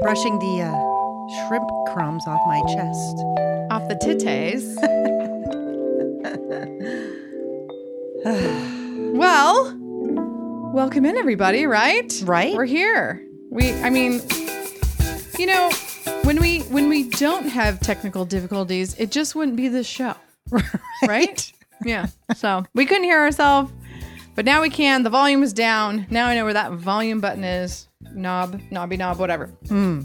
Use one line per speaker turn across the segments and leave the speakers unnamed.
brushing the uh, shrimp crumbs off my chest.
Off the titties. well, welcome in everybody, right?
Right.
We're here. We I mean, you know, when we when we don't have technical difficulties, it just wouldn't be this show. right? Yeah. So we couldn't hear ourselves, but now we can. The volume is down. Now I know where that volume button is. Knob, knobby knob, whatever. Hmm.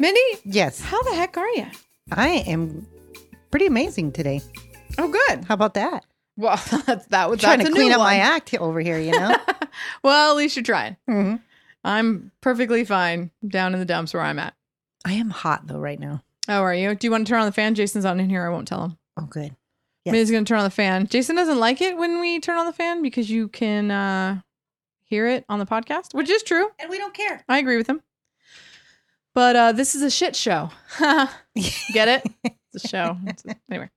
Mindy,
Yes,
how the heck are you?
I am pretty amazing today.
Oh, good.
How about that?
Well, that's that was
Trying
that's
to
a
clean
new
up my
one.
act over here, you know?
Well, at least you're trying.
Mhm.
I'm perfectly fine down in the dumps where I'm at.
I am hot though right now.
How are you? Do you want to turn on the fan? Jason's on in here. I won't tell him.
Oh, good.
Yes. Minnie's gonna turn on the fan. Jason doesn't like it when we turn on the fan because you can uh, hear it on the podcast, which is true.
And we don't care.
I agree with him. But uh, this is a shit show. Get it? It's a show. It's a- anyway.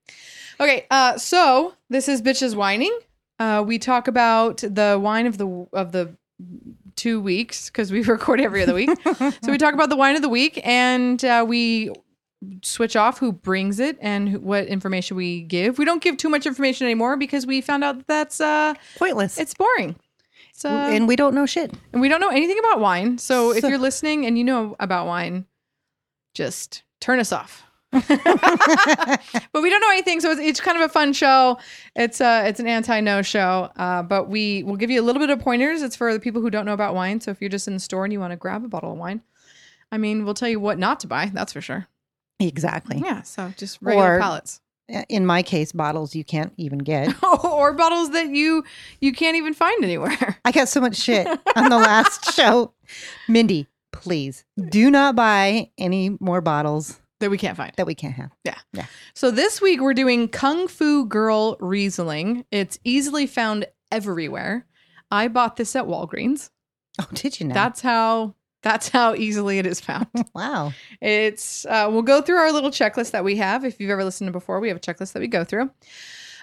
Okay. Uh, so this is bitches whining. Uh, we talk about the wine of the of the two weeks because we record every other week. so we talk about the wine of the week and uh, we switch off who brings it and who, what information we give. We don't give too much information anymore because we found out that's uh,
Pointless.
it's boring. uh, So
and we don't know shit.
and we don't know anything about wine. So if
So-
you're listening and you know about wine, just turn us off. but we don't know anything, so it's, it's kind of a fun show. It's uh it's an anti-no show, uh, but we will give you a little bit of pointers. It's for the people who don't know about wine. So if you're just in the store and you want to grab a bottle of wine, I mean, we'll tell you what not to buy. That's for sure.
Exactly.
Yeah. So just regular
Or-
pallets
In my case, bottles you can't even get.
or bottles that you you can't even find anywhere.
I got so much shit on the last show. Mindy, please do not buy any more bottles
That we can't find.
that we can't have.
So this week we're doing Kung Fu Girl Riesling. It's easily found everywhere. I bought this at Walgreens.
Oh, did you know?
That's how that's how easily it is found.
wow.
it's uh, we'll go through our little checklist that we have. If you've ever listened to before, we have a checklist that we go through.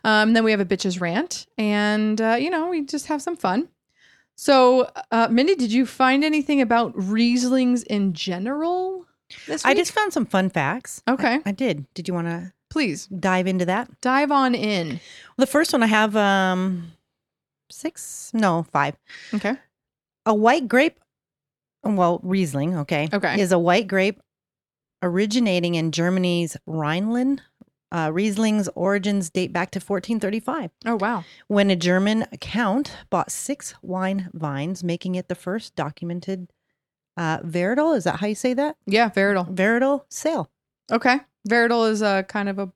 Um, then we have a bitches rant, and uh, you know we just have some fun. So, uh, Mindy, did you find anything about Rieslings in general? This week?
I just found some fun facts.
Okay.
I, I did. Did you want to
please
dive into that?
dive on in.
The first one I have um six, no, five.
Okay.
A white grape, well, Riesling, okay.
Okay.
Is a white grape originating in Germany's Rhineland. Uh, Riesling's origins date back to 1435
Oh wow.
when a German count bought six wine vines, making it the first documented uh, varietal. Is that how you say that?
Yeah, varietal.
Varietal sale.
Okay. Varietal is a kind of a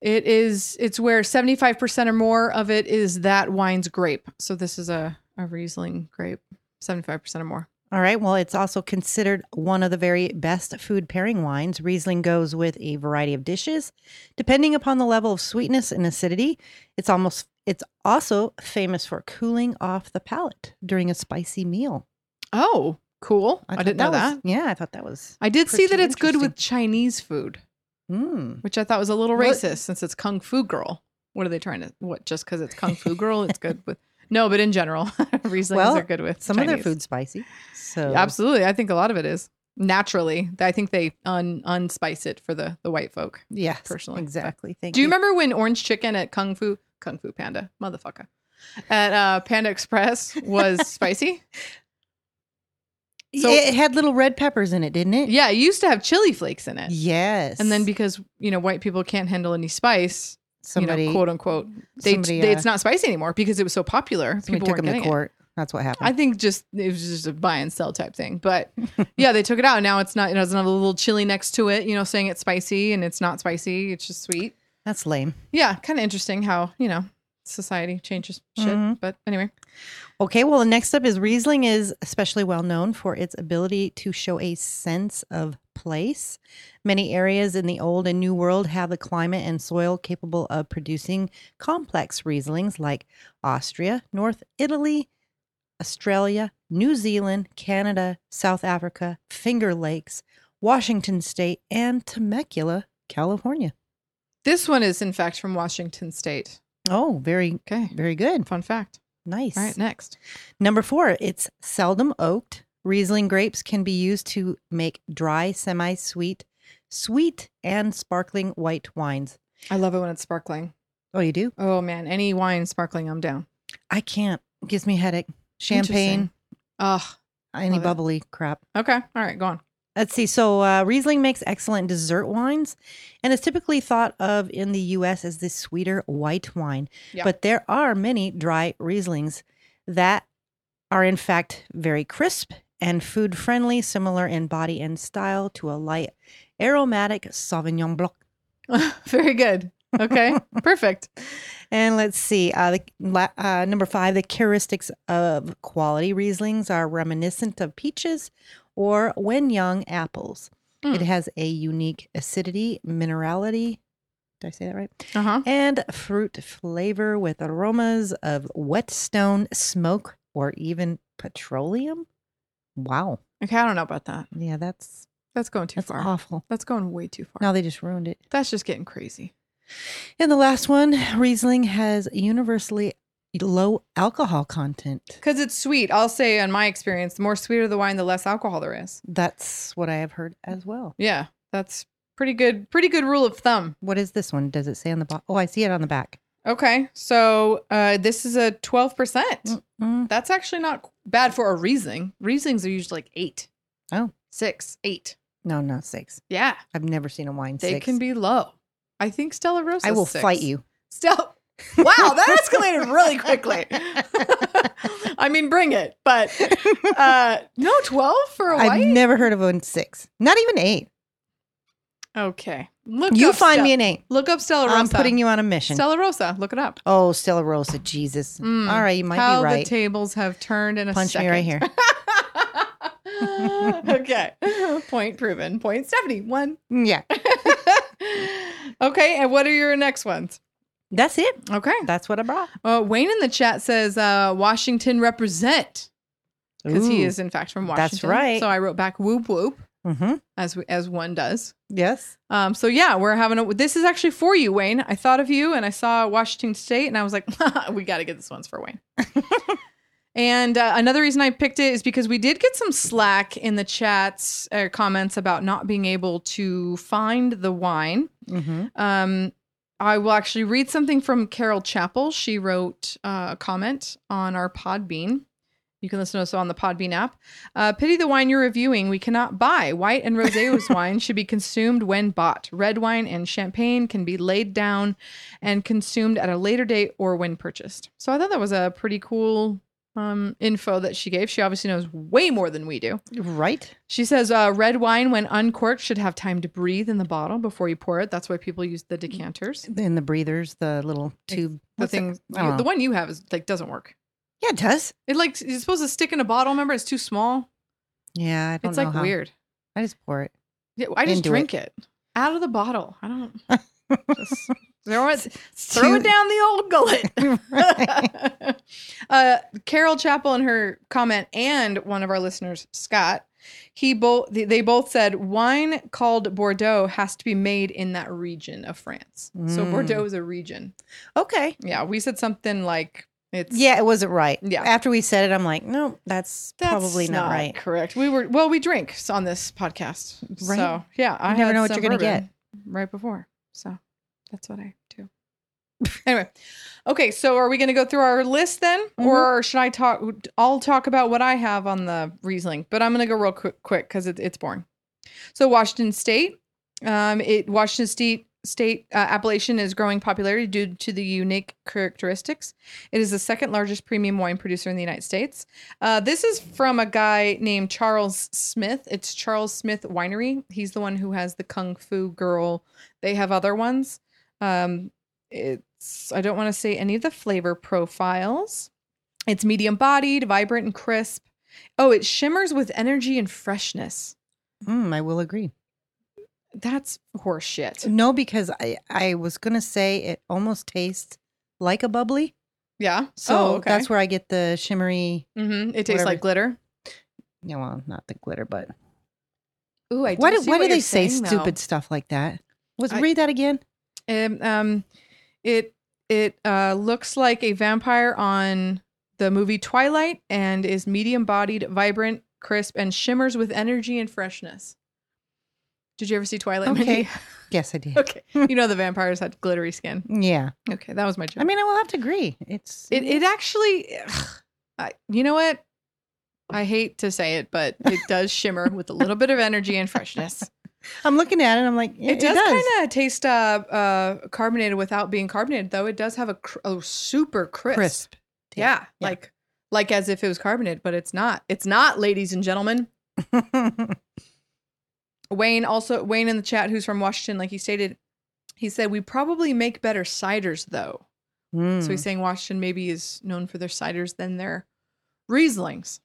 it is it's where 75% or more of it is that wine's grape. So this is a a Riesling grape, 75% or more.
All right. Well, it's also considered one of the very best food pairing wines. Riesling goes with a variety of dishes, depending upon the level of sweetness and acidity. It's almost it's also famous for cooling off the palate during a spicy meal.
Oh, cool. I,
thought
didn't know
was-
that.
Yeah, I thought that was.
I did see
pretty
that it's good with Chinese food,
Mm.
which I thought was a little
Well, it-
racist since it's kung fu girl. What are they trying to what just cuz it's kung fu girl it's good with No, but in general, Rieslings
Well,
are good with
Some of their
Chinese.
food's spicy, so
Absolutely. I think a lot of it is naturally. I think they un unspice it for the the white folk.
yes,
personally, but-
exactly. Thank
Do you remember when Orange Chicken at Kung Fu Kung Fu Panda motherfucker at uh, Panda Express was spicy? so-
it had little red peppers in it, didn't it?
Yeah, it used to have chili flakes in it,
Yes.
and then because you know white people can't handle any spice,
somebody
you know, quote unquote, they,
somebody,
they-
uh,
it's not spicy anymore because it was so popular.
somebody
People
took
weren't
them to
getting it.
court. That's what happened.
I think just it was just a buy and sell type thing, but yeah, they took it out. Now it's not. It doesn't have a little chili next to it, you know, saying it's spicy and it's not spicy. It's just sweet.
That's lame.
Yeah, kind of interesting how you know society changes shit.
Mhm.
But anyway,
Okay, well, the next up is Riesling is especially well known for its ability to show a sense of place. Many areas in the Old and New World have the climate and soil capable of producing complex Rieslings like Austria, North Italy, Australia, New Zealand, Canada, South Africa, Finger Lakes, Washington State, and Temecula, California.
this one is in fact from Washington State.
Oh, very,
Okay,
very good.
fun fact.
Nice.
All right, next.
Number four, it's seldom oaked, Riesling grapes can be used to make dry, semi sweet, sweet, and sparkling white wines.
I love it when it's sparkling.
Oh, you do?
Oh man, any wine sparkling, I'm down.
I can't. It gives me a headache. Champagne,
Interesting. Ugh.
any
Love it.
bubbly crap.
Okay. All right. Go on.
Let's see. So uh, Riesling makes excellent dessert wines, and is typically thought of in the U.S. as the sweeter white wine.
Yeah.
But there are many dry Rieslings that are, in fact, very crisp and food friendly, similar in body and style to a light aromatic Sauvignon Blanc.
Very good. Okay. Perfect.
And let's see, uh, the, la- uh, number five, the characteristics of quality Rieslings are reminiscent of peaches or, when young, apples. It
Mm.
has a unique acidity, minerality. Did I say that right?
Uh huh.
And fruit flavor with aromas of whetstone, smoke, or even petroleum. Wow.
Okay. I don't know about that.
Yeah, that's
That's going too
that's
far.
awful.
That's going way too far.
Now they just ruined it.
That's just getting crazy.
And the last one, Riesling has universally low alcohol content.
Because it's sweet. I'll say, in my experience, the more sweeter the wine, the less alcohol there is.
That's what I have heard as well.
Yeah, that's pretty good. Pretty good rule of thumb.
What is this one? Does it say on the box? Oh, I see it on the back.
Okay, so uh, this is a twelve percent.
Mm,
That's actually not bad for a Riesling. Rieslings are usually like eight.
Oh.
Six, eight.
No, not six.
Yeah,
I've never seen a wine
they
six.
can be low. I think Stella Rosa.
I will fight you.
Stella. Wow, that escalated really quickly. I mean, bring it. But uh, no, twelve for a
I've
white.
never heard of one six, not even eight.
okay, look.
you
up
find
Ste-
me an eight.
Look up Stella Rosa.
I'm putting you on a mission.
Stella Rosa. Look it up.
oh, Stella Rosa, Jesus.
Mm.
All right, you might
How
be
the
right.
tables have turned in a
Punch me
second.
right here.
okay. Point proven. Point Stephanie. One.
yeah,
okay. And what are your next ones?
that's it.
Okay.
That's what I brought.
Uh, Wayne in the chat says uh, Washington represent because he
Ooh.
is in fact from Washington.
That's right.
So I wrote back whoop whoop
Mhm.
as we, as one does.
Yes.
Um, so yeah, we're having a, this is actually for you, Wayne. I thought of you and I saw Washington State and I was like, we got to get this one's for Wayne. and uh, another reason I picked it is because we did get some slack in the chats uh, comments about not being able to find the wine.
Mhm.
Um, I will actually read something from Carol Chapel. She wrote uh, a comment on our Podbean. You can listen to us on the Podbean app. Uh, pity the wine you're reviewing we cannot buy. White and rosé wine should be consumed when bought. Red wine and champagne can be laid down and consumed at a later date or when purchased. So I thought that was a pretty cool um, info that she gave. She obviously knows way more than we do.
Right.
She says uh, red wine, when uncorked, should have time to breathe in the bottle before you pour it. That's why people use the decanters.
And the breathers, the little tube.
The
What's it-
thing,
I don't know.
the one you have is like doesn't work.
Yeah, it does.
It like you're supposed to stick in a bottle. Remember, it's too small.
Yeah, I don't
It's
know
like
how.
weird.
I just pour it.
Yeah, I just
Into it.
drink it. out of the bottle. I don't. Just throw it, throw
too-
it down the old gullet.
Right.
uh, Carol Chapel in her comment and one of our listeners, Scott, he both they they both said wine called Bordeaux has to be made in that region of France. So
Mm.
Bordeaux is a region.
okay.
Yeah, we said something like it's
Yeah, it wasn't right.
Yeah.
After we said it, I'm like, no, that's,
that's
probably not, right.
Correct. We were well, we drink s- on this podcast.
Right.
So yeah, I
You never
had
know what
some
you're gonna
bourbon right before. So that's what I do. anyway, okay. So are we going to go through our list then, or should I talk? I'll talk about what I have on the Riesling, but I'm going to go real quick quick because it, it's boring. So Washington State, um, it Washington State State uh, appellation is growing popularity due to the unique characteristics. It is the second largest premium wine producer in the United States. Uh, this is from a guy named Charles Smith. It's Charles Smith Winery. He's the one who has the Kung Fu Girl. They have other ones. Um, it's I don't want to say any of the flavor profiles. It's medium bodied, vibrant and crisp. Oh, it shimmers with energy and freshness.
Mm, I will agree.
That's horseshit.
No, because I, I was going to say it almost tastes like a bubbly.
Yeah.
So
oh, okay.
that's where I get the shimmery.
hmm It tastes
whatever.
like glitter.
No, well, not the glitter, but
Ooh, I do
why do,
see
why
what
do
you're
they say
saying, though.
stupid stuff like that? Was
I-
read that again?
Um, um, it it uh, looks like a vampire on the movie Twilight and is medium bodied, vibrant, crisp, and shimmers with energy and freshness. Did you ever see Twilight?
Okay.
Mindy?
Yes, I did.
okay. You know the vampires had glittery skin.
Yeah.
Okay, that was my joke.
I mean, I will have to agree. It's
It it actually, ugh, I, you know what? I hate to say it, but it does shimmer with a little bit of energy and freshness.
I'm looking at it. I'm like, yeah,
It does, kind of taste uh, uh, carbonated without being carbonated, though. It does have a, cr- a super crisp.
crisp. taste.
Yeah,
Yeah.
like like as if it was carbonated, but it's not. It's not, ladies and gentlemen. Wayne also Wayne in the chat, who's from Washington, like he stated, he said we probably make better ciders though. So
Mm.
he's saying Washington maybe is known for their ciders than their Rieslings.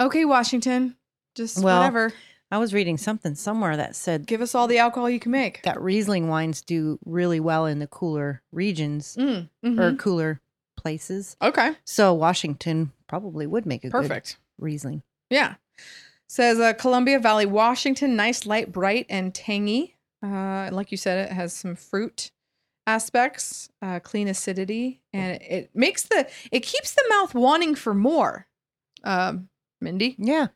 Okay, Washington, just
Well-
whatever.
I was reading something somewhere that said
Give us all the alcohol you can make.
that Riesling wines do really well in the cooler regions
Mm, mhm.
or cooler places.
okay,
So Washington probably would make a
perfect.
good Riesling.
Yeah. Says uh, Columbia Valley, Washington, nice, light, bright, and tangy. Uh, like you said, it has some fruit aspects, uh, clean acidity, and it, it makes the it keeps the mouth wanting for more. Um, Mindy
Yeah,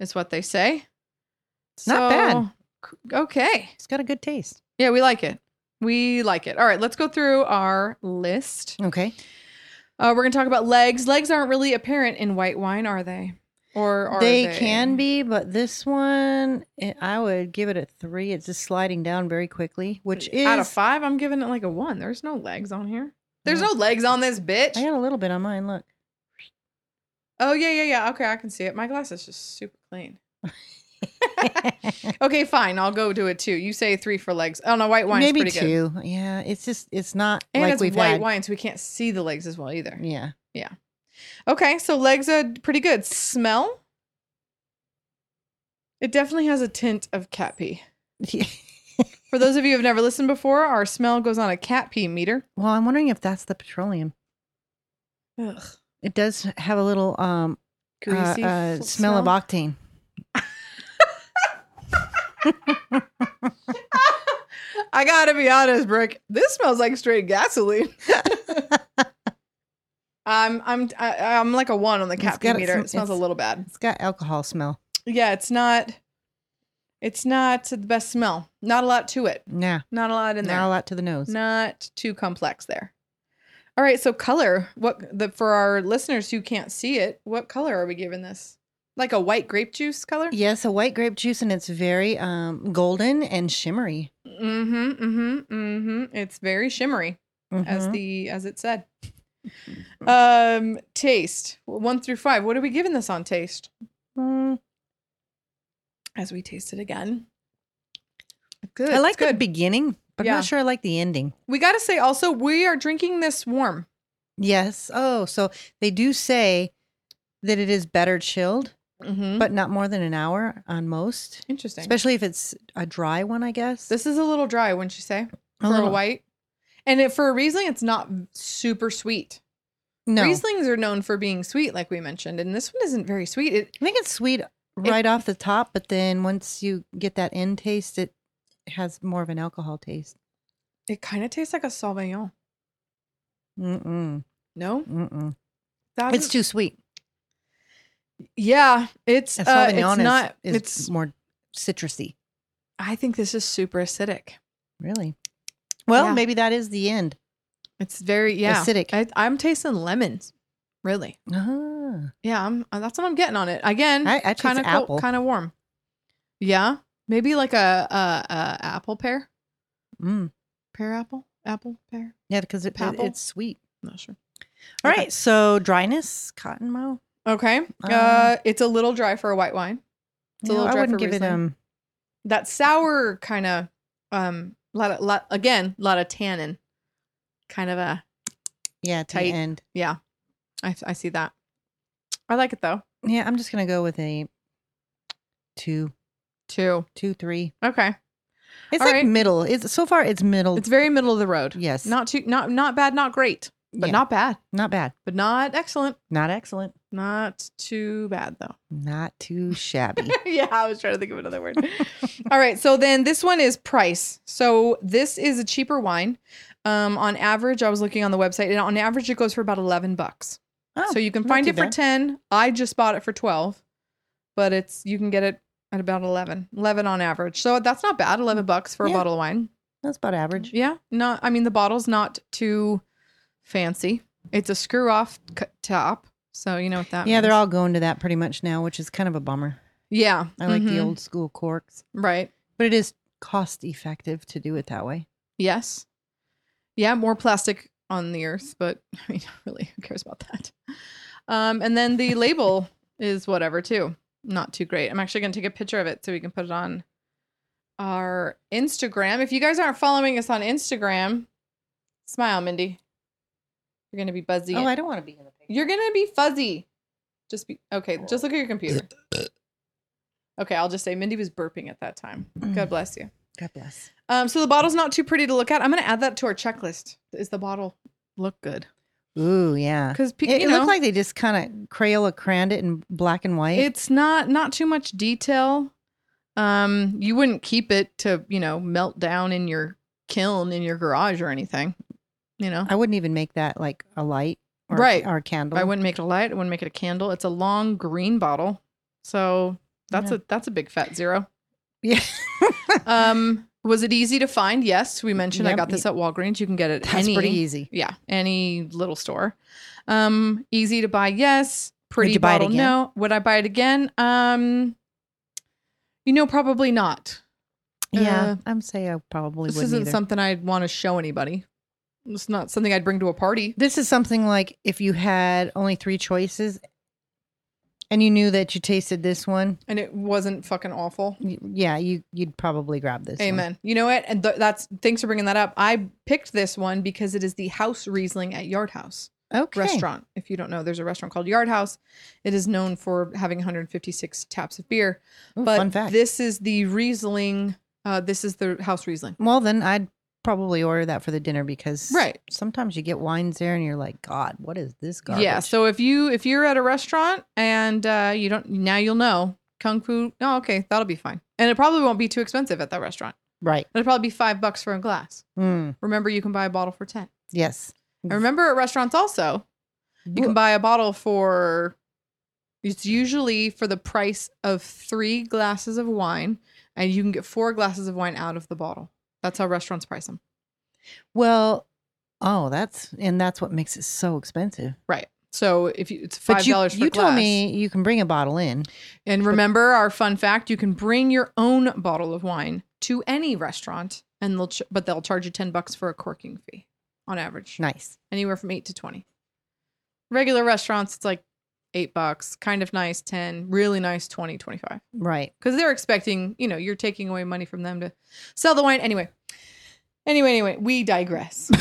is what they say.
Not bad.
bad. Okay.
it's got a good taste.
Yeah, we like it. We like it. All right, let's go through our list.
Okay.
Uh, we're gonna talk about legs. Legs aren't really apparent in white wine, are they? Or are
they,
they,
can be, but this one, eh, I would give it a three. It's just sliding down very quickly, which is
out of five, I'm giving it like a one. There's no legs on here. There's no legs on this bitch.
I got a little bit on mine. Look,
Oh yeah, yeah, yeah. Okay, I can see it. My glass is just super clean. Okay, fine. I'll go do it too. You say three for legs. Oh no, white wine's
maybe
pretty
two.
good.
Yeah, it's just it's not
And
like
it's
we've
white
had.
wine, so we can't see the legs as well either.
Yeah,
Okay, so legs are pretty good. Smell. It definitely has a tint of cat pee. For those of you who've never listened before, our smell goes on a cat pee meter.
well, I'm wondering if that's the petroleum.
Ugh.
It does have a little um uh,
Greasy
uh,
f-
smell, of octane.
I gotta be honest, Brick. This smells like straight gasoline. I'm I'm I, I'm like a one on the
It's
cat pee
got-
meter. It
it's-
smells a
it's-
little bad.
It's got alcohol smell.
Yeah, it's not. It's not the best smell. Not a lot to it.
Nah,
Not a lot in there.
not a lot to the nose.
Not too complex there. All right, so color. What the for our listeners who can't see it? What color are we giving this? Like a white grape juice color?
Yes, a white grape juice, and it's very um golden and shimmery.
Mm-hmm. Mm-hmm. Mm-hmm. It's very shimmery. as
Mhm.
the as it said. um, taste one through five. What are we giving this on taste?
Mm,
As we taste it again, good.
I
it's
like the
good.
beginning, but I'm
Yeah.
not sure I like the ending.
we got to say also we are drinking this warm.
Yes. Oh, so they do say that it is better chilled,
Mm-hmm.
but not more than an hour on most,
Interesting.
especially if it's a dry one. I guess
this is a little dry, wouldn't you say?
a
for a
little-
white, and it, for a riesling, it's not super sweet.
No,
Rieslings are known for being sweet, like we mentioned, and this one isn't very sweet. It
I think it's sweet right off the top, but then once you get that end taste, it has more of an alcohol taste.
it kind of tastes like a sauvignon.
Mm-mm,
No,
mm-mm.
That
It's too sweet.
yeah. It's
A
uh, it's
Sauvignon is,
not.
is
it's
more citrusy.
I think this is super acidic.
Really? Well,
Yeah.
maybe that is the end.
It's very yeah.
Acidic.
I, I'm tasting lemons, really.
Ah,
Yeah, I'm, uh, that's what I'm getting on it. Again,
I, I taste
kind of
apple.
cold, kind of warm. Yeah, maybe like a, a, a apple pear,
mm.
pear apple, apple pear.
Yeah, because it, it-
Papple?
it's sweet.
I'm not sure.
All right,
Okay.
So dryness, cottonmouth.
Okay, uh,
Uh,
it's a little dry for a white wine. It's a
No,
little
I
dry
wouldn't
for
give it
Riesling.
um.
That sour kind of um lot of lot again lot of tannin, kind of a
Yeah, at the
Tight.
end.
yeah. I I see that. I like it though.
Yeah, I'm just gonna go with a two,
Two.
two, three.
Okay.
It's
All
like
right.
middle. It's so far it's middle.
It's very middle of the road.
yes,
Not too not not bad, not great, but
Yeah.
not bad,
not bad,
but not excellent,
not excellent,
not too bad though.
not too shabby.
yeah, I was trying to think of another word. All right, so then this one is price. So this is a cheaper wine. Um, on average, I was looking on the website, and on average, it goes for about eleven bucks.
Oh,
so you can
not
find
too
it for
bad.
ten. I just bought it for twelve. but it's you can get it at about 11 11 on average so that's not bad 11 bucks for a
Hmm. Yeah.
bottle of wine
That's about average.
yeah not i mean the bottle's not too fancy it's a screw off c- top so you know what that
Yeah, they're
means.
all going to that pretty much now, which is kind of a bummer.
yeah
I like the
mhm,
old school corks,
right
but it is cost effective to do it that way.
Yes. Yeah, more plastic on the earth, but I mean, really, who cares about that? Um, and then the label is whatever too. Not too great. I'm actually gonna take a picture of it so we can put it on our Instagram. If you guys aren't following us on Instagram, smile, Mindy. You're gonna be buzzy.
Oh, I don't want to be in the picture.
You're gonna be fuzzy. Just be okay. Just look at your computer. Okay, I'll just say Mindy was burping at that time.
Mm.
God bless you.
God bless.
Um, so the bottle's not too pretty to look at. I'm gonna add that to our checklist. Is the bottle look good?
Ooh, yeah.
Because
Uh, It,
you
it
know,
looked like they just kind of Crayola crayoned it in black and white.
it's not not too much detail. Um, you wouldn't keep it to you know melt down in your kiln in your garage or anything. You know,
I wouldn't even make that like a light or,
Right.
or a candle.
I wouldn't make it a light. I wouldn't make it a candle. It's a long green bottle, so that's
Yeah.
a that's a big fat zero.
Yeah.
um, was it easy to find? Yes, we mentioned I
Yep.
got this at Walgreens. You can get it
That's
any
pretty easy.
yeah any little store um easy to buy yes pretty
you buy it
bottle
again?
no would i buy it again um you know probably not
Yeah,
Uh,
I'm say I probably
this
wouldn't
isn't
either.
something i'd want to show anybody it's not something i'd bring to a party
this is something like if you had only three choices and you knew that you tasted this one,
and it wasn't fucking awful
y- yeah, you you'd probably grab this. one.
amen you know what and th- that's thanks for bringing that up i picked this one because it is the house riesling at yard house
Okay.
restaurant. If you don't know, there's a restaurant called Yard House. It is known for having 156 taps of beer.
Ooh,
but
fun fact.
this is the Riesling. Uh, this is the house Riesling.
Well, then I'd probably order that for the dinner because
Right.
sometimes you get wines there and you're like, God, what is this garbage?
Yeah. So if you if you're at a restaurant and uh, you don't now you'll know kung fu. Oh, okay, that'll be fine. And it probably won't be too expensive at that restaurant.
right.
It'll probably be five bucks for a glass.
Mm,
Remember, you can buy a bottle for ten.
yes.
And remember, at restaurants also you can buy a bottle for. It's usually for the price of three glasses of wine, and you can get four glasses of wine out of the bottle. That's how restaurants price them.
Well, oh, that's and that's what makes it so expensive.
Right. So if you, it's
But
five
you,
dollars for
you
a glass.
told me you can bring a bottle in.
and remember our fun fact: you can bring your own bottle of wine to any restaurant, and they'll ch- but they'll charge you ten bucks for a corking fee, on average,
Nice.
anywhere from eight to twenty. Regular restaurants, it's like eight bucks. Kind of nice, ten. Really nice, 20, 25.
Right.
because they're expecting you know you're taking away money from them to sell the wine anyway. Anyway, anyway, we digress.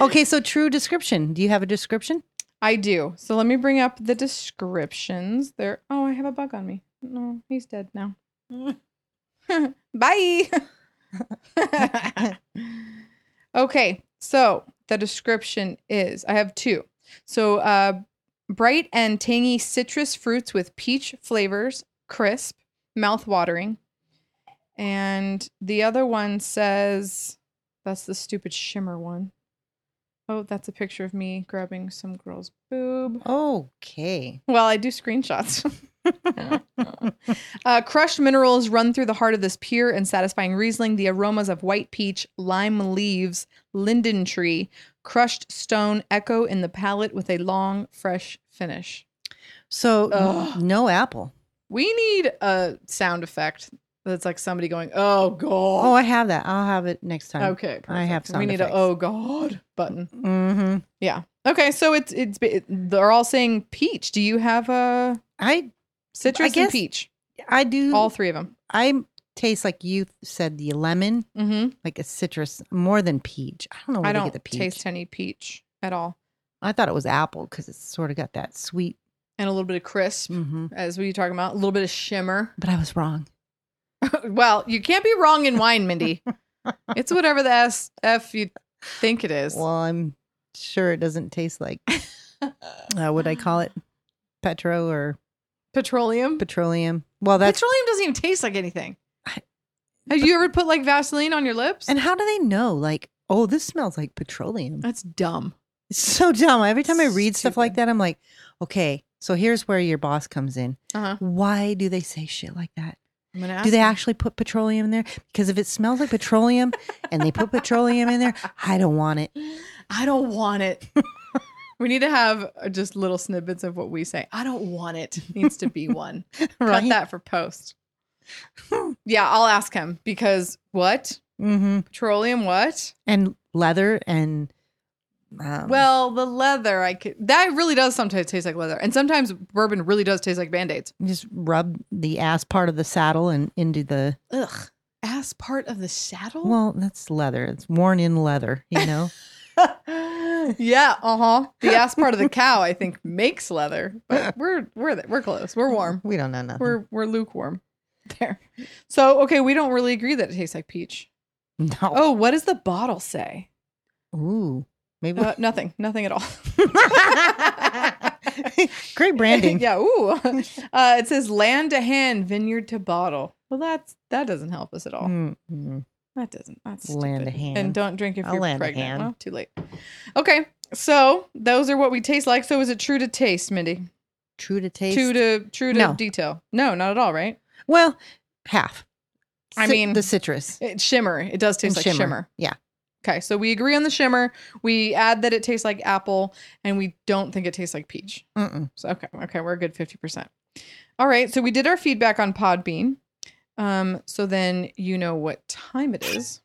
Okay, so true description. Do you have a description?
I do. So let me bring up the descriptions. There. Oh, I have a bug on me. No, he's dead now. Bye. okay. So the description is I have two. So uh, bright and tangy citrus fruits with peach flavors, crisp, mouth watering. And the other one says that's the stupid shimmer one. Oh, that's a picture of me grabbing some girl's boob.
Okay.
Well, I do screenshots. uh, crushed minerals run through the heart of this pure and satisfying Riesling. The aromas of white peach, lime leaves, linden tree, crushed stone echo in the palate with a long, fresh finish.
So
Ugh.
no apple.
We need a sound effect that's like somebody going, oh,
Oh,
God.
I have that. I'll have it next time.
okay.
Oh, I have
We
sound
need
effects.
a oh, God button.
Mm-hmm.
Yeah. Okay. So it's, it's, it, they're all saying peach. Do you have a
I
citrus and
guess-
peach?
I do.
All three of them.
I taste like you said the lemon,
Mm hmm.
like a citrus more than peach. I don't know where
I
to
don't
get the peach.
taste any peach at all,
I thought it was apple because it's sort of got that sweet.
and a little bit of crisp,
Mm-hmm.
as we were talking about, a little bit of shimmer.
But I was wrong.
well, you can't be wrong in wine, Mindy. it's whatever the S F you think it is.
Well, I'm sure it doesn't taste like uh, what I call it, petro or
petroleum.
petroleum. Well, that's
petroleum doesn't even taste like anything.
I-
Have you ever put like Vaseline on your lips?
and how do they know? Like, oh, this smells like petroleum.
that's dumb.
Uh, It's so dumb. Every time I read stuff like
Stupid.
that, I'm like, okay, So here's where your boss comes in.
Uh-huh.
Why do they say shit like that?
I'm gonna ask.
Do they
him.
actually put petroleum in there? Because if it smells like petroleum and they put petroleum in there, I don't want it.
I don't want it. we need to have uh, just little snippets of what we say. I don't want it. Needs to be one. Cut that for post. yeah, I'll ask him because what
Mm-hmm.
petroleum? What?
And leather and um,
Well, the leather. I could. That really does sometimes taste like leather, and sometimes bourbon really does taste like band aids.
just rub the ass part of the saddle and into the
Ugh. Ass part of the saddle.
well, that's leather. It's worn in leather, you know.
yeah, uh huh. The ass part of the cow, I think, makes leather, but we're we're th- we're close. We're warm.
We don't know nothing.
We're we're lukewarm. There. So okay, we don't really agree that it tastes like peach.
no.
Oh, what does the bottle say? Oh.
Ooh. Maybe
Uh, nothing. Nothing at all.
great branding.
yeah. Ooh. Uh, it says land to hand, vineyard to bottle. Well, that's that doesn't help us at all.
Mm-mm.
That doesn't. That's
Mm. Mm-hmm. Land to
stupid.
hand.
And don't drink if
I'll
you're
land to
pregnant.
hand.
Well, too late. Okay. So those are what we taste like. So is it true to taste, Mindy?
True to taste.
True to true to
No.
detail. No, not at all. Right?
well, half.
I
Cit-
mean-
the citrus.
It shimmer. It does taste
and
like shimmer.
Yeah.
Okay. So we agree on the shimmer. We add that it tastes like apple, and we don't think it tastes like peach.
Mm-mm.
So okay, okay, we're a good fifty percent. All right. So we did our feedback on Podbean. Um. So then you know what time it is.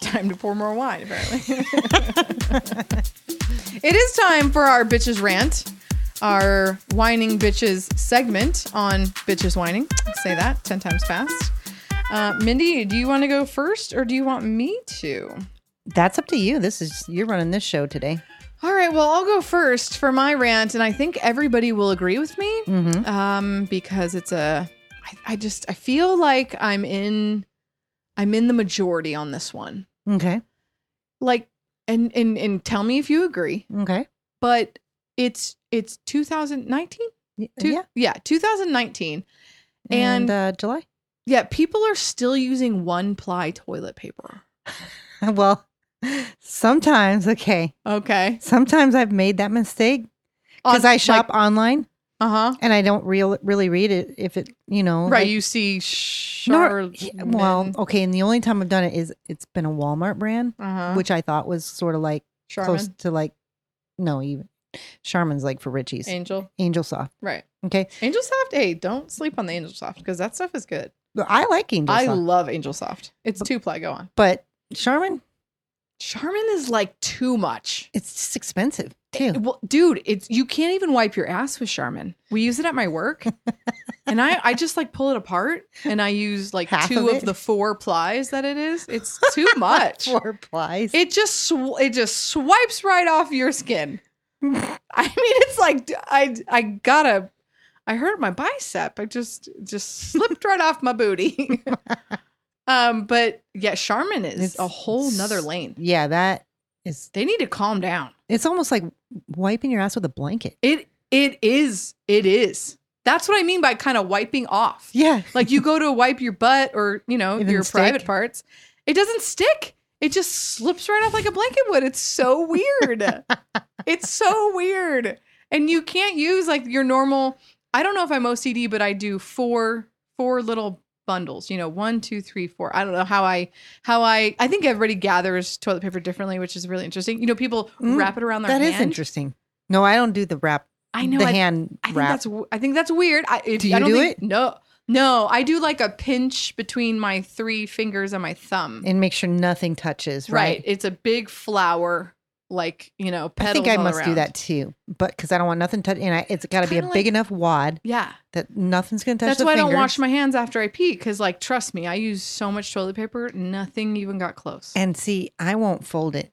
Time to pour more wine. Apparently. It is time for our bitches rant, our whining bitches segment on bitches whining. Say that 10 times fast. Uh, Mindy, do you want to go first or do you want me to?
That's up to you. This is you're running this show today.
All right, well, I'll go first for my rant, and I think everybody will agree with me
Mm-hmm.
um, because it's a. I, I just I feel like I'm in, I'm in the majority on this one.
Okay.
Like, and and and tell me if you agree,
Okay.
but it's it's 2019.
Y-
Two,
yeah.
yeah. 2019.
And,
And,
uh, July.
yeah, people are still using one ply toilet paper.
well, sometimes okay.
Okay.
Sometimes I've made that mistake because I shop online
uh huh.
and I don't real really read it if it you know
Right.
like-
you see
Nor-
Char.
yeah, well okay. And the only time I've done it is it's been a Walmart brand,
uh huh.
which I thought was sort of like
Charmin.
close to like no even Charmin's like for Richie's
Angel.
Angel Soft.
Right.
Okay,
Angel Soft. Hey, don't sleep on the Angel Soft because that stuff is good.
But I like Angel
I
Soft,
love Angel Soft. It's two ply. Go on.
but Charmin
Charmin is like too much.
it's just expensive too.
Well, dude, it's you can't even wipe your ass with Charmin. We use it at my work, and I I just like pull it apart and I use like
Half
two
of
of,
it?
the four plies that it is. It's too much.
Four plies.
it just sw- it just swipes right off your skin. I mean, it's like d- I I gotta. I hurt my bicep. I just it just slipped right off my booty. um, but yeah, Charmin is
It's-
a whole nother
it's-
lane.
yeah, that is
They need to calm down.
It's almost like wiping your ass with a blanket.
It it is. It is. That's what I mean by kind of wiping off.
Yeah.
Like you go to wipe your butt or, you know,
It didn't
your
stick.
private parts. It doesn't stick. It just slips right off like a blanket would. It's so weird. it's so weird. And you can't use like your normal I don't know if I'm OCD, but I do four four little bundles, you know, one, two, three, four. I don't know how I how I I think everybody gathers toilet paper differently, which is really interesting. You know, people
Mm,
wrap it around their
that is
hand.
interesting. No, I don't do the wrap.
I know
the
I-
hand
I think
wrap.
that's w- I think that's weird. I, if,
Do you
I don't
do
think,
it?
No, no. I do like a pinch between my three fingers and my thumb.
and make sure nothing touches. Right.
It's a big flower, like you know.
I think
petals
I
all
must do
around.
that too, but because I don't want nothing touch, and I, it's got to be a
kinda
big
like-
enough wad
Yeah,
that nothing's going to touch.
that's
the
why I
fingers.
don't wash my hands after I pee because, like, trust me, I use so much toilet paper, nothing even got close.
And see, I won't fold it.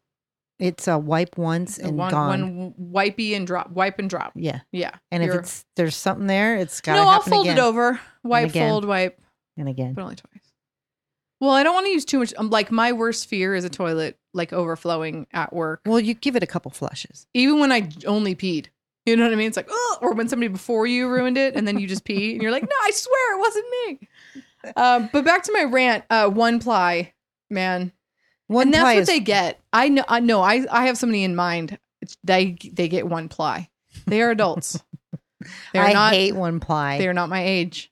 It's a wipe once
The
and
one,
gone.
one wipey and drop, wipe and drop.
yeah,
Yeah,
and if
you're-
it's there's something there, it's got to
no, I'll
happen
fold
again
it over, wipe,
again.
fold, wipe.
and again.
but only twice. Well, I don't want to use too much. Um, like my worst fear is a toilet like overflowing at work.
Well, you give it a couple flushes.
Even when I j- only peed, you know what I mean? It's like, oh, or when somebody before you ruined it, and then you just pee, and you're like, no, I swear it wasn't me. Um, but back to my rant. Uh, one ply, man,
One
and that's
ply
what
is-
they get. I know. I know. I I have somebody in mind that they they get one ply. They are adults. They're
I
not
hate one ply.
they are not my age.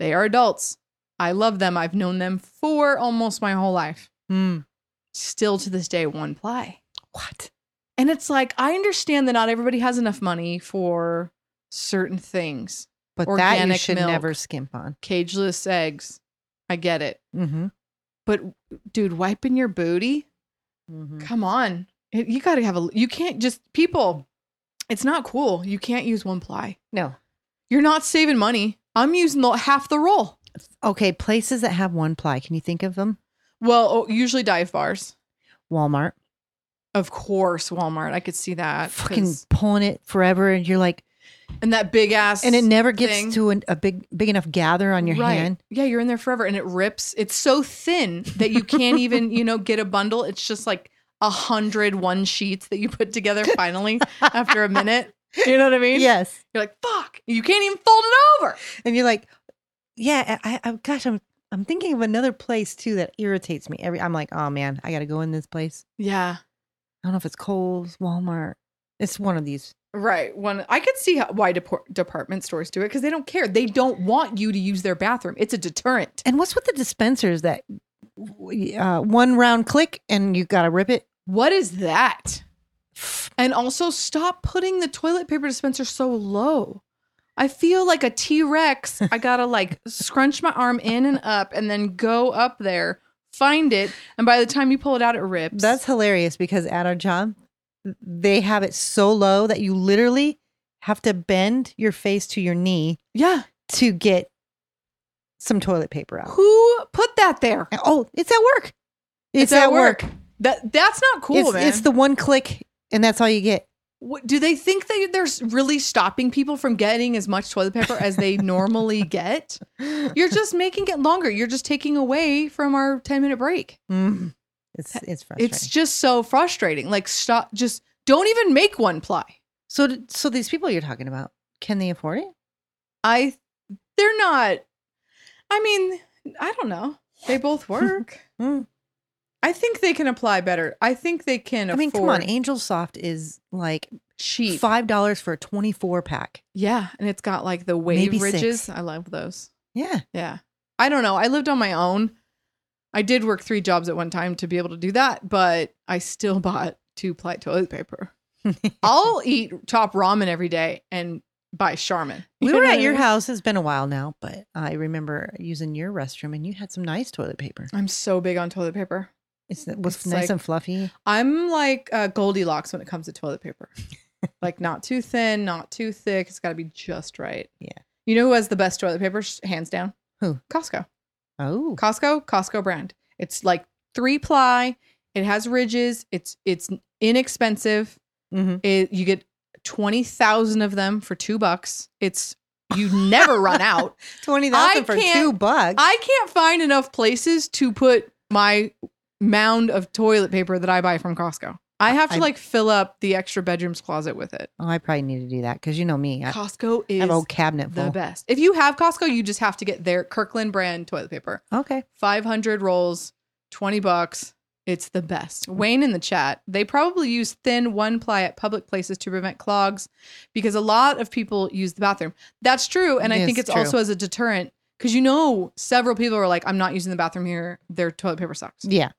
They are adults. I love them. I've known them for almost my whole life.
Mm.
Still to this day one ply.
What?
And it's like I understand that not everybody has enough money for certain things.
But that you
Organic
should
milk.
never skimp on.
Cageless eggs. I get it.
Mm-hmm.
But dude, wiping your booty?
Mm-hmm. Mm.
Come on. It- You got to have a you can't just people. It's not cool. You can't use one ply.
No.
You're not saving money. I'm using the, half the roll.
Okay, places that have one ply. Can you think of them?
Well, oh, usually dive bars.
Walmart.
Of course, Walmart. I could see that. Uh, 'cause-
Fucking pulling it forever, and you're like,
and that big ass
and it never gets
thing.
to an, a big, big enough gather on your
Right.
hand.
Yeah, you're in there forever, and it rips. It's so thin that you can't even you know get a bundle. It's just like a hundred one sheets that you put together finally after a minute. You know what I mean?
Yes.
You're like fuck. You can't even fold it over.
and you're like, yeah, I, I gosh, I'm I'm thinking of another place too that irritates me. Every I'm like, oh man, I got to go in this place.
Yeah.
I don't know if it's Kohl's, Walmart. It's one of these.
Right. One, I could see how, why depor- department stores do it because they don't care. They don't want you to use their bathroom. It's a deterrent.
And what's with the dispensers that uh, one round click and you got to rip it?
What is that? And also, stop putting the toilet paper dispenser so low. I feel like a T Rex. I gotta like scrunch my arm in and up and then go up there, find it. And by the time you pull it out, it rips.
That's hilarious because at our job, they have it so low that you literally have to bend your face to your knee
yeah.
to get some toilet paper out.
Who put that there?
Oh, it's at work. It's, at, work.
That That's not cool,
it's,
man.
it's the one click and that's all you get.
What, do they think that they're s- really stopping people from getting as much toilet paper as they normally get? You're just making it longer. You're just taking away from our 10 minute break.
Mm. It's it's frustrating.
It's just so frustrating. Like, stop, just don't even make one ply.
so d- so these people you're talking about, can they afford it?
I, they're not, I mean, I don't know. They both work.
Mm.
I think they can apply better. I think they can
I mean, come on,
afford
Angel Soft is like
cheap.
five dollars for a twenty four pack.
Yeah. And it's got like the wave
Maybe
ridges.
six.
I love those.
Yeah.
Yeah. I don't know. I lived on my own. I did work three jobs at one time to be able to do that, but I still bought two ply toilet paper. I'll eat top ramen every day and buy Charmin.
We
You
were
know
at
what I
your
mean?
house. It's been a while now, but I remember using your restroom, and you had some nice toilet paper.
I'm so big on toilet paper.
It's, it was
It's
nice
like-
and fluffy.
I'm like uh, Goldilocks when it comes to toilet paper. like not too thin, not too thick. It's got to be just right.
Yeah.
You know who has the best toilet paper, sh- hands down?
Who?
Costco.
Oh,
Costco, Costco brand. It's like three ply. It has ridges. It's it's inexpensive.
Mhm.
It, you get twenty thousand of them for two bucks. It's you never run out.
twenty
I
thousand for
can't-
two bucks.
I can't find enough places to put my mound of toilet paper that I buy from Costco. I have to
I-
like fill up the extra bedroom's closet with it.
oh, I probably need to do that because you know me. I I
Costco is
have a whole cabinet
the
full.
best. If you have Costco, you just have to get their Kirkland brand toilet paper.
Okay.
500 rolls, 20 bucks. It's the best. Wayne in the chat. They probably use thin one ply at public places to prevent clogs because a lot of people use the bathroom. That's true. And I think
It's
it's
true.
also as a deterrent because you know, several people are like, I'm not using the bathroom here. Their toilet paper sucks.
Yeah.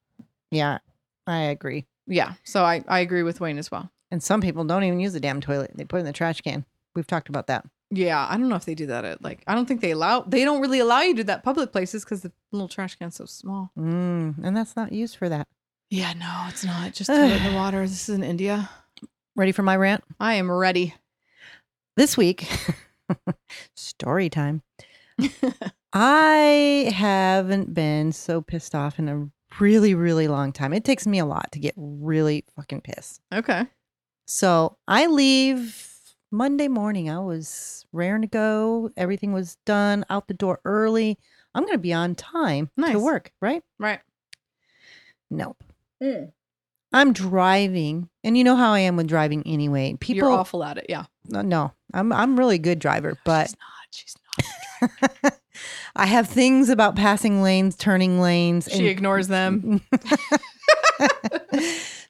Yeah. I agree.
Yeah. So I, I agree with Wayne as well.
And some people don't even use the damn toilet. They put it in the trash can. We've talked about that.
Yeah. I don't know if they do that at like, I don't think they allow, they don't really allow you to do that public places because the little trash can's so small.
Mm, and that's not used for that.
Yeah. No, it's not. Just throw it in the water. This is in India.
Ready for my rant?
I am ready.
This week, story time. I haven't been so pissed off in a really, really long time. It takes me a lot to get really fucking pissed.
Okay.
So I leave Monday morning. I was raring to go. Everything was done out the door early. I'm going to be on time
Nice.
to work, right?
Right.
Nope.
Mm.
I'm driving, and you know how I am with driving anyway. People,
You're awful at it. Yeah.
No, no, I'm I'm really good driver, but
she's not. She's not.
I have things about Mm-hmm. passing lanes, turning lanes.
She ignores them.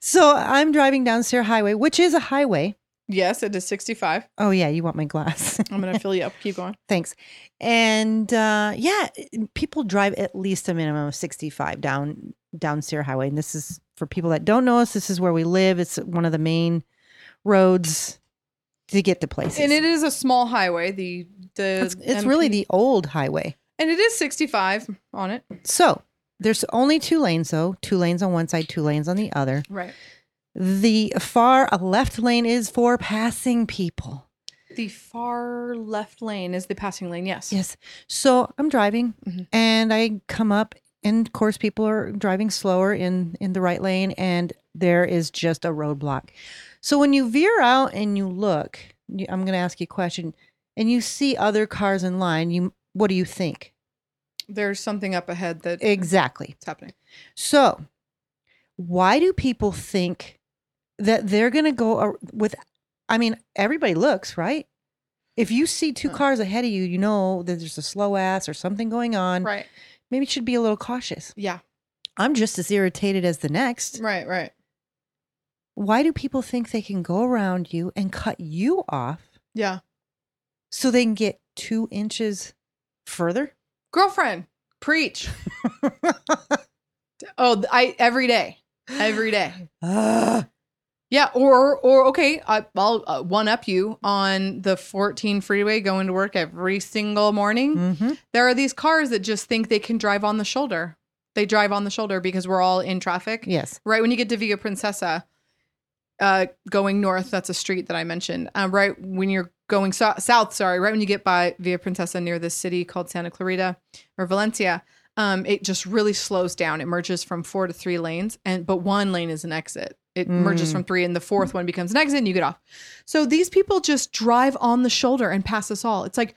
So I'm driving down Sarah Highway, which is a highway.
Yes, it is 65.
Oh, yeah, you want my glass.
I'm going to fill you up. Keep going.
Thanks. And uh, yeah, people drive at least a minimum of 65 down down Sarah Highway. And this is for people that don't know us, this is where we live. It's one of the main roads to get to places.
And it is a small highway. The the
it's, it's
MP
really the old highway.
and it is 65 on it.
So there's only two lanes, though two lanes on one side, two lanes on the other.
Right.
The far left lane is for passing people.
The far left lane is the passing lane. Yes.
Yes. So I'm driving
Mhm.
and I come up and of course people are driving slower in in the right lane and there is just a roadblock. So when you veer out and you look, you, I'm going to ask you a question and you see other cars in line, you what do you think?
There's something up ahead that's
Exactly.
happening.
So, why do people think that they're going to go ar- with? I mean, everybody looks right. If you see two
Huh.
cars ahead of you, you know that there's a slow ass or something going on.
Right.
Maybe you should be a little cautious.
Yeah.
I'm just as irritated as the next.
Right. Right.
Why do people think they can go around you and cut you off
Yeah.
so they can get two inches further?
Girlfriend, preach. Oh, th- I every day. Every day.
Ah,
Yeah, or or okay, I, I'll uh, one up you on the 14 freeway going to work every single morning.
mhm.
There are these cars that just think they can drive on the shoulder. They drive on the shoulder because we're all in traffic.
Yes.
Right when you get to Villa Princesa, uh, going north, that's a street that I mentioned. Um, right when you're going so- south, sorry, right when you get by Villa Princesa near this city called Santa Clarita or Valencia, um, it just really slows down. It merges from four to three lanes, and but one lane is an exit. It merges
Mm.
from three, and the fourth one becomes an exit, and you get off. So these people just drive on the shoulder and pass us all. It's like,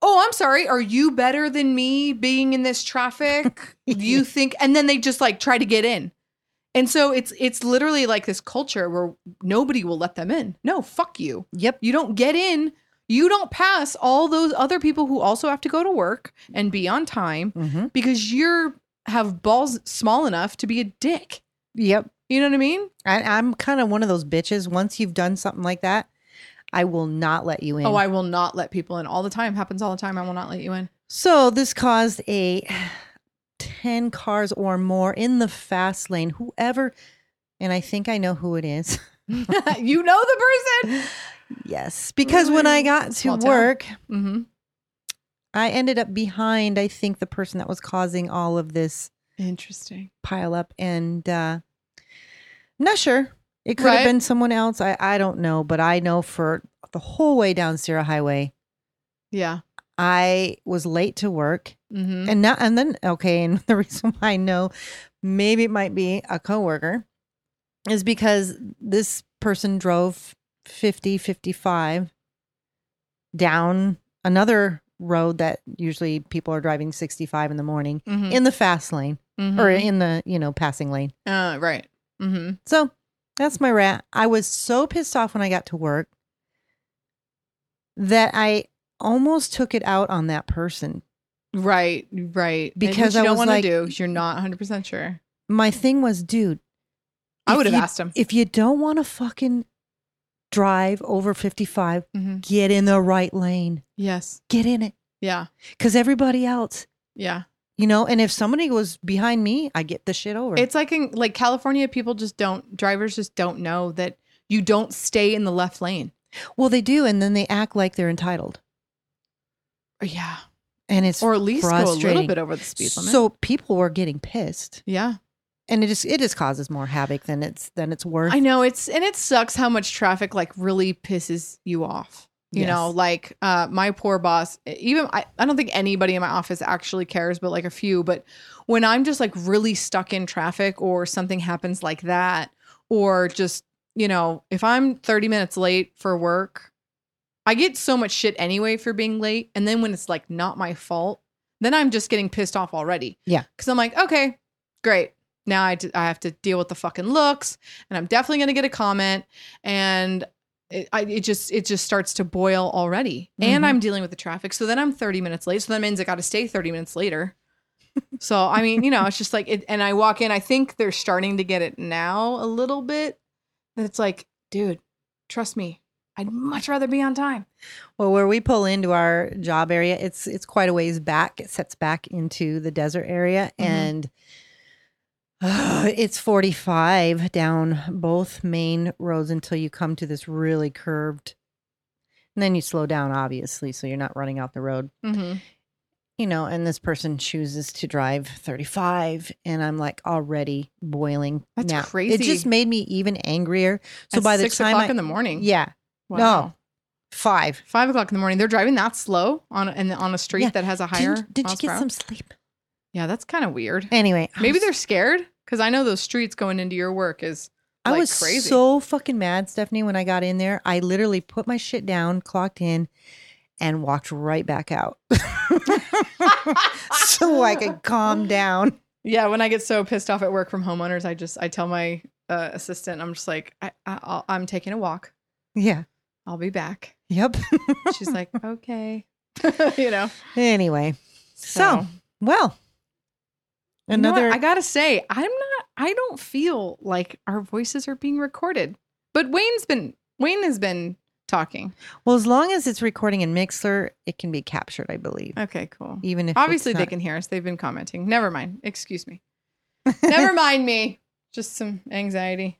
oh, I'm sorry, are you better than me being in this traffic? you think? And then they just like try to get in. And so it's it's literally like this culture where nobody will let them in. No, fuck you.
Yep.
You don't get in. You don't pass all those other people who also have to go to work and be on time
hmm
because you're have balls small enough to be a dick.
Yep.
You know what I mean?
I, I'm kind of one of those bitches. Once you've done something like that, I will not let you in.
Oh, I will not let people in all the time. Happens all the time. I will not let you in.
so this caused a 10 cars or more in the fast lane. Whoever, and I think I know who it is.
you know the person.
yes. Because when I got to
Small town.
work,
hmm
I ended up behind, I think, the person that was causing all of this
Interesting.
pile up. And uh, I'm not sure. It could
Right.
have been someone else. I, I don't know. But I know for the whole way down Sierra Highway,
Yeah.
I was late to work.
hmm
And now and then okay, and the reason why I know maybe it might be a coworker is because this person drove 50 55 down another road that usually people are driving 65 in the morning
hmm
in the fast lane or in the, you know, passing lane.
uh, right. hmm
So, that's my rat. I was so pissed off when I got to work that I almost took it out on that person
Right. Right. And
Because
what you
I
don't
was
want to
like-
do. is You're not 100 percent sure.
my thing was, dude.
I
if
would have
you-
asked him.
If you don't want to fucking drive over 55,
Mhm.
get in the right lane.
Yes.
Get in it.
Yeah.
Cause everybody else,
Yeah.
you know, and if somebody was behind me, I get the shit over.
It's like in like California, people just don't drivers just don't know that you don't stay in the left lane.
well, they do. And then they act like they're entitled.
Yeah,
And it's
or at least go a little
frustrating.
bit over the speed limit.
so people were getting pissed
yeah,
and it just, it just causes more havoc than it's, than it's worth.
I know it's and it sucks how much traffic like really pisses you off. You
Yes.
know, like uh, my poor boss. Even I, I don't think anybody in my office actually cares, but like a few. But when I'm just like really stuck in traffic, or something happens like that, or just you know, if I'm 30 minutes late for work, I get so much shit anyway for being late. And then when it's like not my fault, then I'm just getting pissed off already.
Yeah.
Cause I'm like, okay, great. Now I d- I have to deal with the fucking looks and I'm definitely going to get a comment. And it, I, it just, it just starts to boil already. And
Mhm.
I'm dealing with the traffic. So then I'm 30 minutes late. So that means I got to stay 30 minutes later. so I mean, you know, it's just like, it, and I walk in. I think they're starting to get it now a little bit. That it's like, dude, trust me, I'd much rather be on time.
Well, where we pull into our job area, it's it's quite a ways back. It sets back into the desert area,
Mhm.
and uh, it's forty five down both main roads until you come to this really curved, and then you slow down, obviously, so you're not running out the road.
Mm-hmm.
You know, and this person chooses to drive 35, and I'm like already boiling.
That's
now. It
crazy.
just made me even angrier. So by the
six
time
o'clock
I,
in the morning,
yeah,
Wow.
no, five.
five o'clock in the morning, they're driving that slow on and on a street
Yeah.
that has a higher.
did did you
miles
get
per hour.
some sleep?
Yeah, that's kind of weird.
Anyway, I
Maybe
was-
they're scared because I know those streets going into your work is.
I
like,
was
crazy.
so fucking mad, Stephanie, when I got in there. I literally put my shit down, clocked in, and walked right back out. so I could calm down.
Yeah, when I get so pissed off at work from homeowners, I just I tell my uh, assistant, I'm just like, I, I, I'll, I'm taking a walk.
Yeah.
I'll be back.
Yep.
She's like, okay, you know.
anyway. So, well.
you know what?
Another
I gotta say, I'm not. I don't feel like our voices are being recorded. But Wayne's been Wayne has been talking.
well, as long as it's recording in Mixler, it can be captured, I believe.
Okay, cool.
Even if
Obviously,
it's
they
not-
can hear us. They've been commenting. Never mind. Excuse me. Never mind me. Just some anxiety.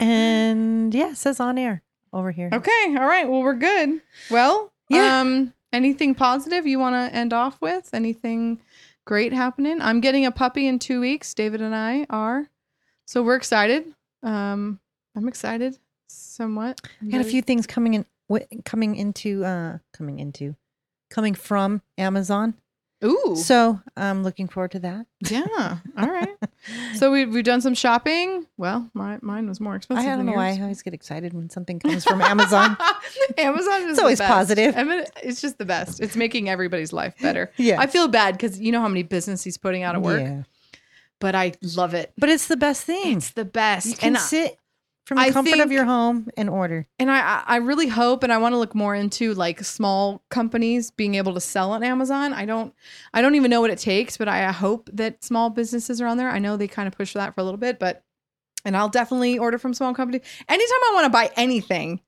And yeah, it says on air over here.
Okay. All right. Well, we're good. Well,
Yeah.
um, anything positive you want to end off with? Anything great happening? I'm getting a puppy in two weeks. David and I are. So we're excited. Um, I'm excited somewhat. I'm
Got a
very-
few things coming in, wi- coming into, uh, coming into, coming from Amazon.
Ooh.
So I'm looking forward to that.
yeah. All right. So we, we've done some shopping. Well, my, mine was more expensive.
I don't
than
know why
yours.
I always get excited when something comes from Amazon.
Amazon is
It's
the
always
best.
positive.
I mean, it's just the best. It's making everybody's life better.
yeah.
I feel bad because you know how many business he's putting out of work,
Yeah.
but I love it.
But it's the best thing.
It's the best.
you can
and
sit from
I
the comfort of
think-
your home and order.
I, and I I- I really hope and I want to look more into like small companies being able to sell on Amazon. I don't I don't even know what it takes, but I hope that small businesses are on there. I know they kind of push for that for a little bit, but and I'll definitely order from small companies. Anytime I want to buy anything,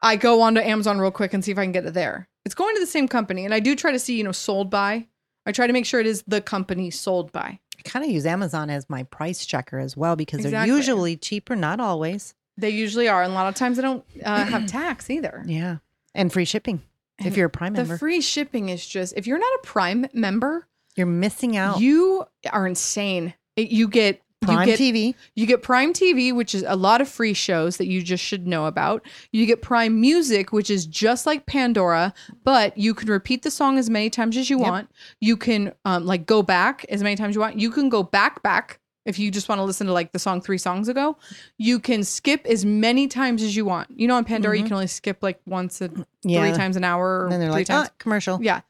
I go onto Amazon real quick and see if I can get it there. It's going to the same company and I do try to see, you know, sold by. I try to make sure it is the company sold by.
I kind of use Amazon as my price checker as well because
Exactly.
they're usually cheaper, not always.
They usually are, and a lot of times they don't uh, have tax either.
Yeah. And free shipping
And
if you're a Prime
The
member.
free shipping is just if you're not a Prime member,
you're missing out.
you are insane. It- you get
Prime
you get
TV.
you get Prime TV, which is a lot of free shows that you just should know about. You get Prime Music, which is just like Pandora, but you can repeat the song as many times as you
Yep.
want. You can um, like go back as many times you want. You can go back back if you just want to listen to like the song three songs ago. You can skip as many times as you want. You know, on Pandora, you
Mhm.
can only skip like once a
Yeah.
three times an hour. Or
And then they're
three
like,
times.
ah, commercial.
Yeah.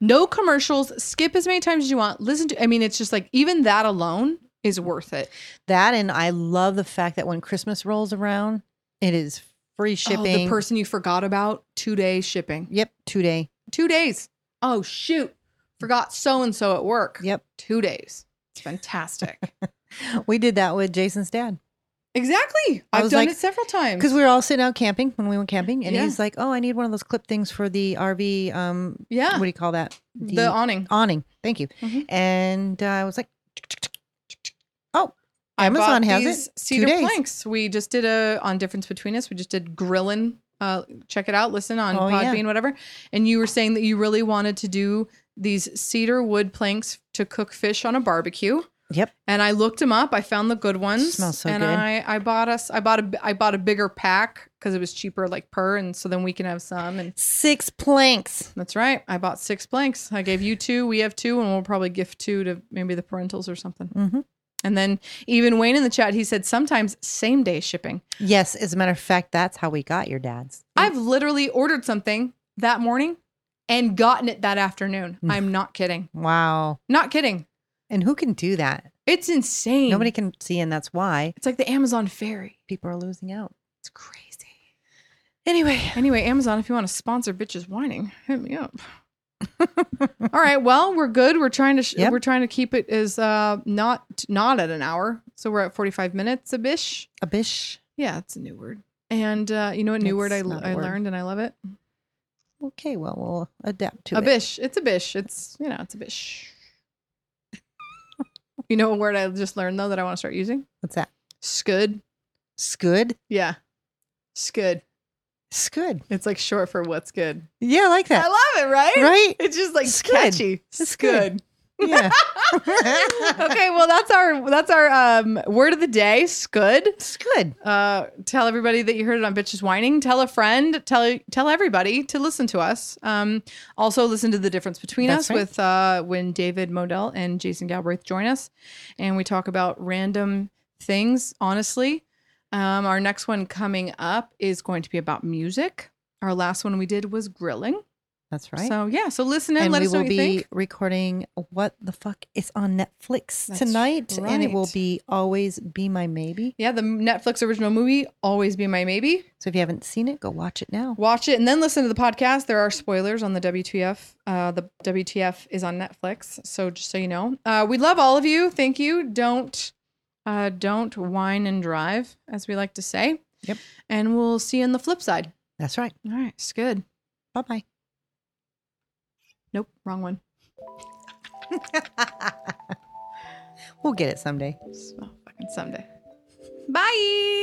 No commercials. Skip as many times as you want. Listen to, I mean, it's just like even that alone is worth it.
That and I love the fact that when Christmas rolls around, it is free
Oh,
shipping.
the person you forgot about, two days shipping.
yep, two day.
Two days. Oh, shoot. Forgot so and so at work.
Yep.
Two days. It's fantastic.
We did that with Jason's dad.
exactly.
I
I've
was
done
like-
it several times.
Because we were all sitting out camping when we went camping, and
Yeah.
he's like, "Oh, I need one of those clip things for the RV. Um,
yeah.
what do you call that?
Ah. The, awning.
awning. Thank you."
Mhm.
And uh, I was like, "Oh,
I bought
Amazon has
these
it.
Cedar
days.
planks. We just did a on difference between us. We just did grillin. Uh, check it out. Listen on
Oh, yeah.
Podbean, whatever. And you were saying that you really wanted to do these cedar wood planks to cook fish on a barbecue.
Yep.
And I looked them up. I found the good ones.
Smells so
and
good.
I I bought us. I bought a I bought a bigger pack because it was cheaper, like per, and so then we can have some. And
Six planks.
that's right. I bought six planks. I gave you two. We have two, and we'll probably gift two to maybe the parentals or something.
hmm
And then even Wayne in the chat, he said sometimes same day shipping.
Yes, as a matter of fact, that's how we got your dad's.
I've literally ordered something that morning and gotten it that afternoon.
Mm.
I'm not kidding.
wow.
Not kidding.
And who can do that?
It's insane.
Nobody can see, and that's why
It's like the Amazon fairy.
people are losing out.
It's crazy.
Anyway,
Anyway, Amazon, if you want to sponsor bitches whining, hit me up. All right. Well, we're good. We're trying to sh-
Yep.
we're trying to keep it as uh not not at an hour. So we're at 45 minutes a bish.
A bish.
Yeah, it's a new word. And uh you know what new word I,
It's not a
I
word.
learned and I love it?
Okay, well, we'll adapt to
a
it.
bish. It's a bish. It's you know, it's a bish. you know a word I just learned though that I want to start using?
What's that?
Scud.
Scood?
Yeah. Scud.
Scood.
It's like short for what's good.
Yeah, I like that.
I love it, right?
right?
It's just like
Scud.
catchy.
It's good. Yeah.
okay, well that's our that's our um, word of the day. Scud.
Scood.
Uh, tell everybody that you heard it on Bitches Whining. Tell a friend. Tell tell everybody to listen to us. Um, also listen to the difference between
That's
us
right.
with uh, when David Modell and Jason Galbraith join us, and we talk about random things. Honestly, um, our next one coming up is going to be about music. Our last one we did was grilling.
That's right.
So yeah, so listen in.
and
let
we
us know
will
what you
be
think.
recording what the fuck is on Netflix
That's
tonight, and it will
right.
be always be my maybe.
Yeah, the Netflix original movie, Always Be My Maybe.
So if you haven't seen it, go watch it now.
Watch it and then listen to the podcast. There are spoilers on the WTF. Uh, the WTF is on Netflix, so just so you know, uh, we love all of you. Thank you. Don't uh, don't whine and drive, as we like to say.
Yep.
And we'll see you on the flip side.
That's right.
All right, it's good.
Bye bye.
Nope, wrong one.
We'll get it someday.
So fucking someday. Bye.